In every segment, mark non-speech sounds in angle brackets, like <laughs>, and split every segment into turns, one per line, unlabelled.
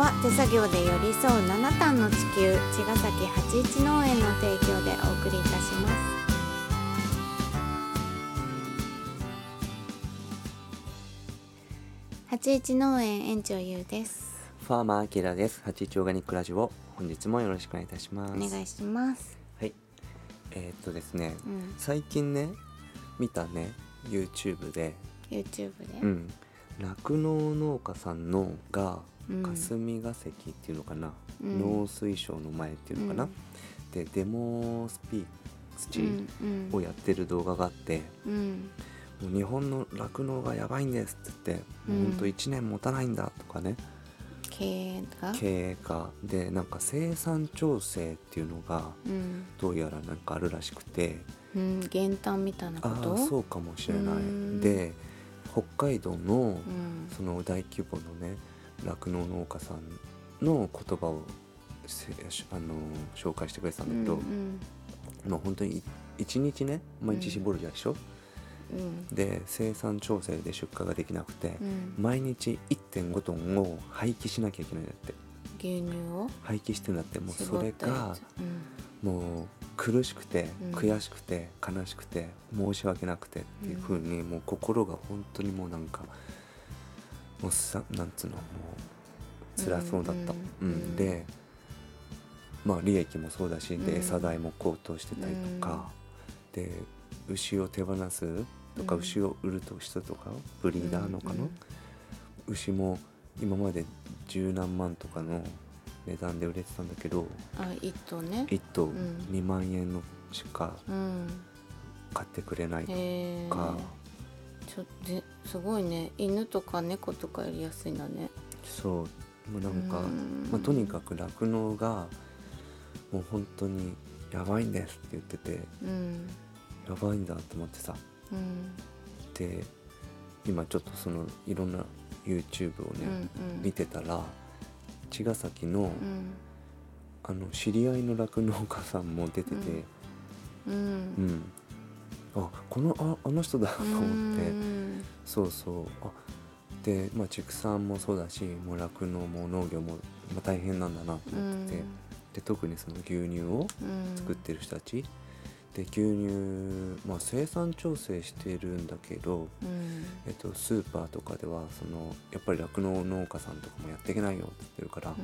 は手作業で寄り添う7段の地球茅ヶ崎八一農園の提供でお送りいたします八一農園園長ゆうです
ファーマーアキラです八一オーガニックラジオ本日もよろしくお願いいたします
お願いします
はいえーっとですね
うん
最近ね見たね YouTube で
YouTube で
うん酪農農家さんのが
うん
霞が関っていうのかな、
うん
農水省の前っていうのかな、
うん
でデモスピー
う
チ
んうん
をやってる動画があって、
うん
もう日本の酪農がやばいんですって言って、
うん
ほんと1年持たないんだとかね
経営が
経営化でなんか生産調整っていうのが
うん
どうやらなんかあるらしくて
うん減反みたいなこ
ああ
と
ーそううかもしれな
うん
いで北海道の
ん
その大規模のね酪農農家さんの言葉をせあの紹介してくれてたんだけど、
うん
まあ本当に1日ね毎
うん
日絞るじゃんでしょ、
うん
で生産調整で出荷ができなくて、
うん、
毎日1.5トンを廃棄しなきゃいけないんだって
牛乳を
廃棄してんだってもうそ
絞
れ
ったや
が
つうん
もう苦しくて
うん
悔しくて悲しくて申し訳なくてっていう風にもう心が本当にもうなんかもうさなんつうのもう辛そうだった、
う
うんん
うん
でまあ利益もそうだし
うん
で餌代も高騰してたりとか、で牛を手放すとか、
うん
牛を売ると人とかブリーダーのかな、
うんうん
牛も今まで十何万とかの値段で売れてたんだけど
あ一頭ね
1頭
ん
2万円のしか
うん
買ってくれないと
へえ
か、
ちょぜすごいね犬とか猫とかより安いんだね
そうもうなんか、
うん
まあ、とにかく酪農がもう本当にやばいんですって言ってて
うん
やばいんだと思ってさ
うん
で今ちょっとそのいろんな YouTube を
う
ね、
んうん
見てたら茅ヶ崎の,、
うん
あの知り合いの酪農家さんも出てて、
う
うんん、あこのああの人だと
うん
思って。そうそうあで、まあ、畜産もそうだしもう酪農も農業も、まあ、大変なんだなと
う
思ってて、
ん
で特にその牛乳を
うん
作ってる人たち、で牛乳、まあ、生産調整してるんだけど、
うん
えっと、スーパーとかではそのやっぱり酪農農家さんとかもやっていけないよって言ってるから、
う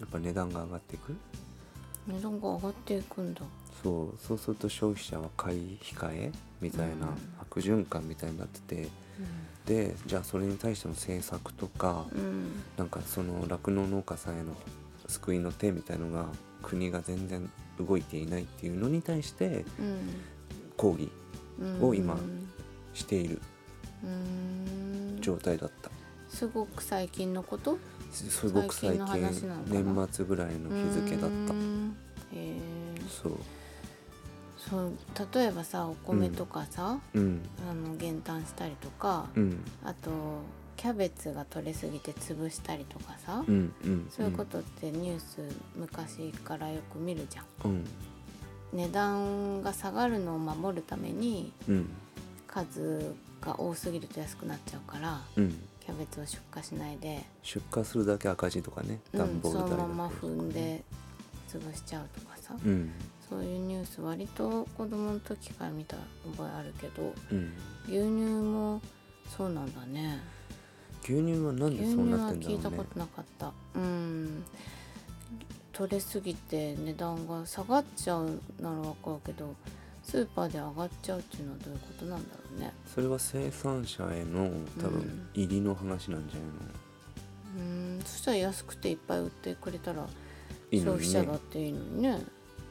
や
ん
っぱ値段が上がっていく
値段が上がっていくんだ
そうそうすると消費者は買い控えみたいな
うん
悪循環みたいになっててでじゃあそれに対しての政策とか、
うん
なんかその酪農農家さんへの救いの手みたいのが国が全然動いていないっていうのに対して
うん
抗議
うん
を今している
うん
状態だった、
すごく最近のこと
すすごく最近
最近の話なのかな
年末ぐらいの日付だっ
う
た
んへえ
そう
そう例えばさお米とかさ、
うん
あの減反したりとか、
うん
あとキャベツが取れすぎて潰したりとかさ、
うんうん
そういうことってニュース昔からよく見るじゃん
うん
値段が下がるのを守るために
うん
数が多すぎると安くなっちゃうから
うん
キャベツを出荷しないで、
出荷するだけ赤字とかね
う
段
ん、
ボ
そ
ール
の
代だ
まま
ったりとかね
踏んで潰しちゃうとかさ、
うん
そういうニュース割と子供の時から見た覚えあるけど
うん
牛乳もそうなんだね
牛乳はなんで
牛
そう
乳
な
は
ってんだろ
聞いた
う
こ
ね
となかったうん取れすぎて値段が下がっちゃうならわかるけどスーパーで上がっちゃうっていうのはどういうことなんだろうね
それは生産者への多
うん
分入りの話なんじゃないの、
うんそしたら安くていっぱい売ってくれたら
いい
消
の
費
に
者
ね
だっていいのにね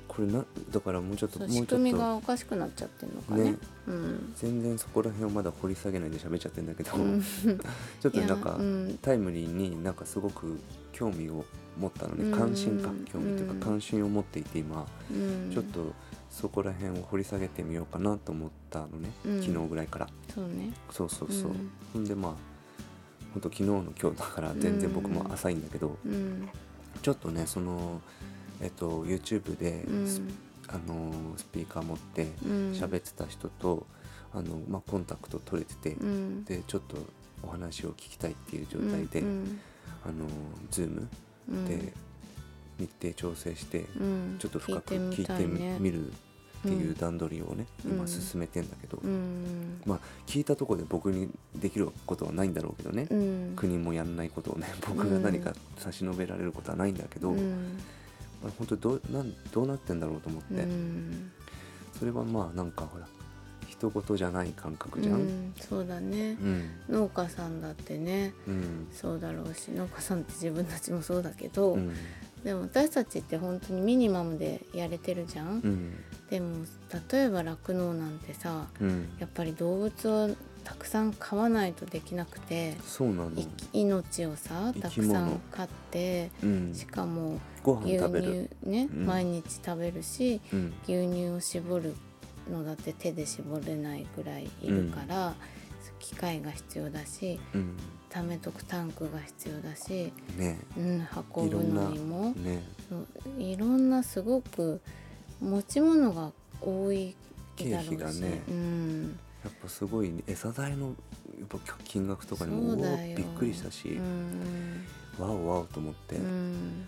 これなだからもうちょっと
そ
も
う
うちょ
仕
っと
組みがおかしくなっちゃってるのかね
ね
うん、
全然そこら辺をまだ掘り下げないで喋っちゃってんだけど、
うん
ちょっと
いや
なんか、
うん
タイムリーになんかすごく興味を持ったの
うん
ね関心か興味という
うん
か関心を持っていて今、
うん、
ちょっとそこら辺を掘り下げてみようかなと思ったのね、
うん
昨日ぐらいから
そうね
そうそうそう、
うん
ほんでまあほんと昨日の今日だから全然僕も浅いんだけど、
うん
ちょっとねそのえっと YouTube で
うん
ス,、あのースピーカー持って
うん
喋ってた人と、あのまあ、コンタクト取れてて、
うん
でちょっとお話を聞きたいっていう状態で、
うん
あの Zoom
うん
で日程調整して
うん、
ちょっと深く
聞
聞
い
い
て
て
みたいね
みるっていううん段取りをね、
うん
今進めてんだけど、
うん
まあ聞いたところで僕にできることはないんだろうけどね、
うん
国もやんないことをね僕が何か差し伸べられることはないんだけど、
うん
まあ、本当どうなんどうなってんだろうと思って、
うん
それはまあなんかほら一事じゃない感覚じゃん。う
うんん、そうだね、
うん
農家さんだってね
うん
そうだろうし農家さんって自分たちもそうだけど、
うん
でも私たちって本当にミニマムでやれてるじゃん、
うん
でも例えば酪農なんてさやっぱり動物をたくさん飼わないとできなくて、
そうなの
い命をさ
生
た
き
く
物
さん飼って
うん、
しかも
ご飯
牛
食べる、
乳ね、
うん
毎日食べるし
うん
牛乳を絞るのだって手で絞れないぐらいいるから、機械が必要だし
うん、
貯めとくタンクが必要だし、
ね
うん、運ぶのにも
ね
そういろんなすごく持ち物が多い
経
だろうし
費がね
うん
やっぱすごい、ね、餌代のやっぱ金額とかにも
そうだ
お
よ
ーびっくりしたし、
うん
わおわおと思って、
うん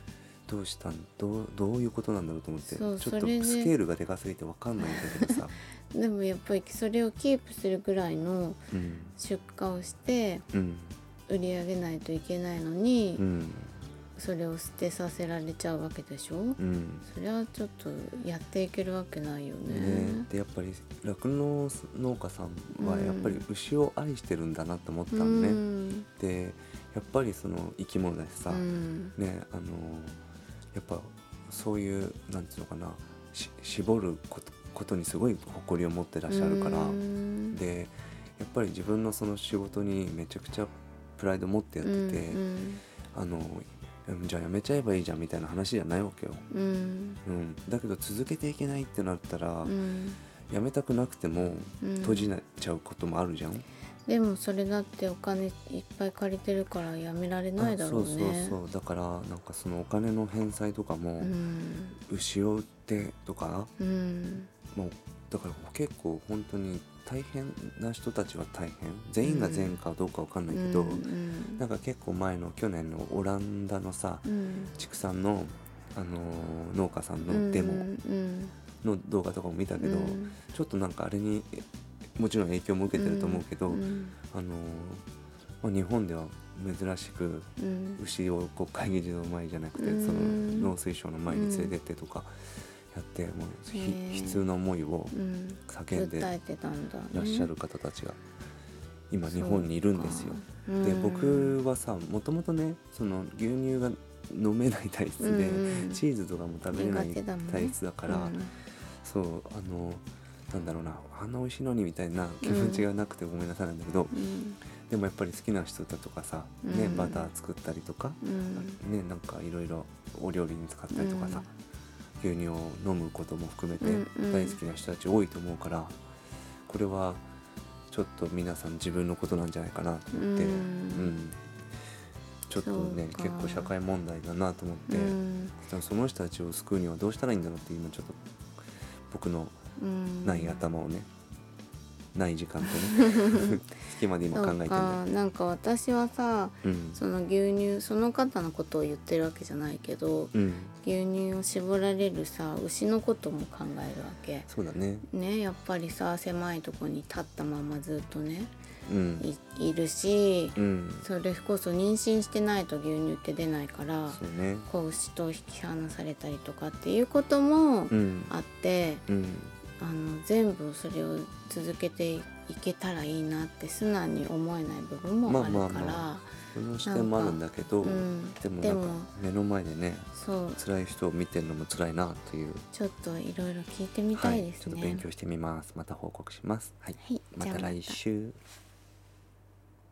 どうしたんどうどういうことなんだろうと思って
そう
ちょっと
それで
スケールがでかすぎてわかんないんだけどさ、
でもやっぱりそれをキープするぐらいの
うん
出荷をして
うん
売り上げないといけないのに、
うん
それを捨てさせられちゃうわけでしょ、
うん
それはちょっとやっていけるわけないよね。
ね、でやっぱり酪農農家さんはやっぱり牛を愛してるんだなと思ったのね。
うん
でやっぱりその生き物だしさ、
うん
ねあのやっぱそういうなんていうのかなし絞ることことにすごい誇りを持ってらっしゃるから、
うん
でやっぱり自分のその仕事にめちゃくちゃプライド持ってやってて、
うん
あのうんじゃあやめちゃえばいいじゃんみたいな話じゃないわけよ。
うん
うん、だけど続けていけないってなったら、
うん
やめたくなくても
うん
閉じちゃうこともあるじゃん、
でもそれだってお金いっぱい借りてるからやめられないだろう
あ
ね。
そうそうそうだからなんかそのお金の返済とかも、
うん
牛を売ってとか
うん
もうだから結構本当に大変な人たちは大変全員が全員かどうかわかんないけど、
うん
なんか結構前の去年のオランダのさ
うん
畜産の、あのー農家さんのデ
う
モ
んうん
の動画とかも見たけど、
うん
ちょっとなんかあれにえもちろん影響も受けてると思うけど、
うん
あのーまあ、日本では珍しく
うん
牛を国会議事堂前じゃなくて、
うん
その農水省の前に連れてってとかやって、もうひ
へー
悲痛な思いを
うん
叫んで
訴
い
えてたんだね、
らっしゃる方たちが今日本にいるんですよ。
そうか。
で
うん
僕はさもともとねその牛乳が飲めない体質で、
うん
チーズとかも食べれない
苦手だもんね
体質だから
うん
そうあのなんだろうなあんな美味しいのにみたいな気持ちがなくてごめんなさいなんだけど、
うん
でもやっぱり好きな人だとかさ、ね
うん
バター作ったりとか、
うん
ねなんかいろいろお料理に使ったりとかさ、牛乳を飲むことも含めて
うんうん
大好きな人たち多いと思うから、これはちょっと皆さん自分のことなんじゃないかなと思って、
うん
うんちょっとね
そう
結
か
構社会問題だなと思って、
うん
でもその人たちを救うにはどうしたらいいんだろうって今ちょっと僕の
うん
ない頭をね、ない時間と
<laughs>
ね隙間で今考えてんだ
そうかなんか私はさ
けどうん
その牛乳その方のことを言ってるわけじゃないけど
うん
牛乳を絞られるさ牛のことも考えるわけ
そうだね
ねやっぱりさ狭いとこに立ったままずっとね
うん
いいるし
うん
それこそ妊娠してないと牛乳って出ないから
そうね
子牛と引き離されたりとかっていうことも
うん
あって、
うん
あの全部それを続けていけたらいいなって素直に思えない部分もあるから、
まあまあまその視点もあるんだけど
うん
でも
で
な
も
んか目の前でね
そう
辛い人を見てるのも辛いなという
ちょっといろいろ聞いてみたいです
ちょっ
ね。
と勉強してみますまた報告しますはい、
はい
また
じゃあ
来週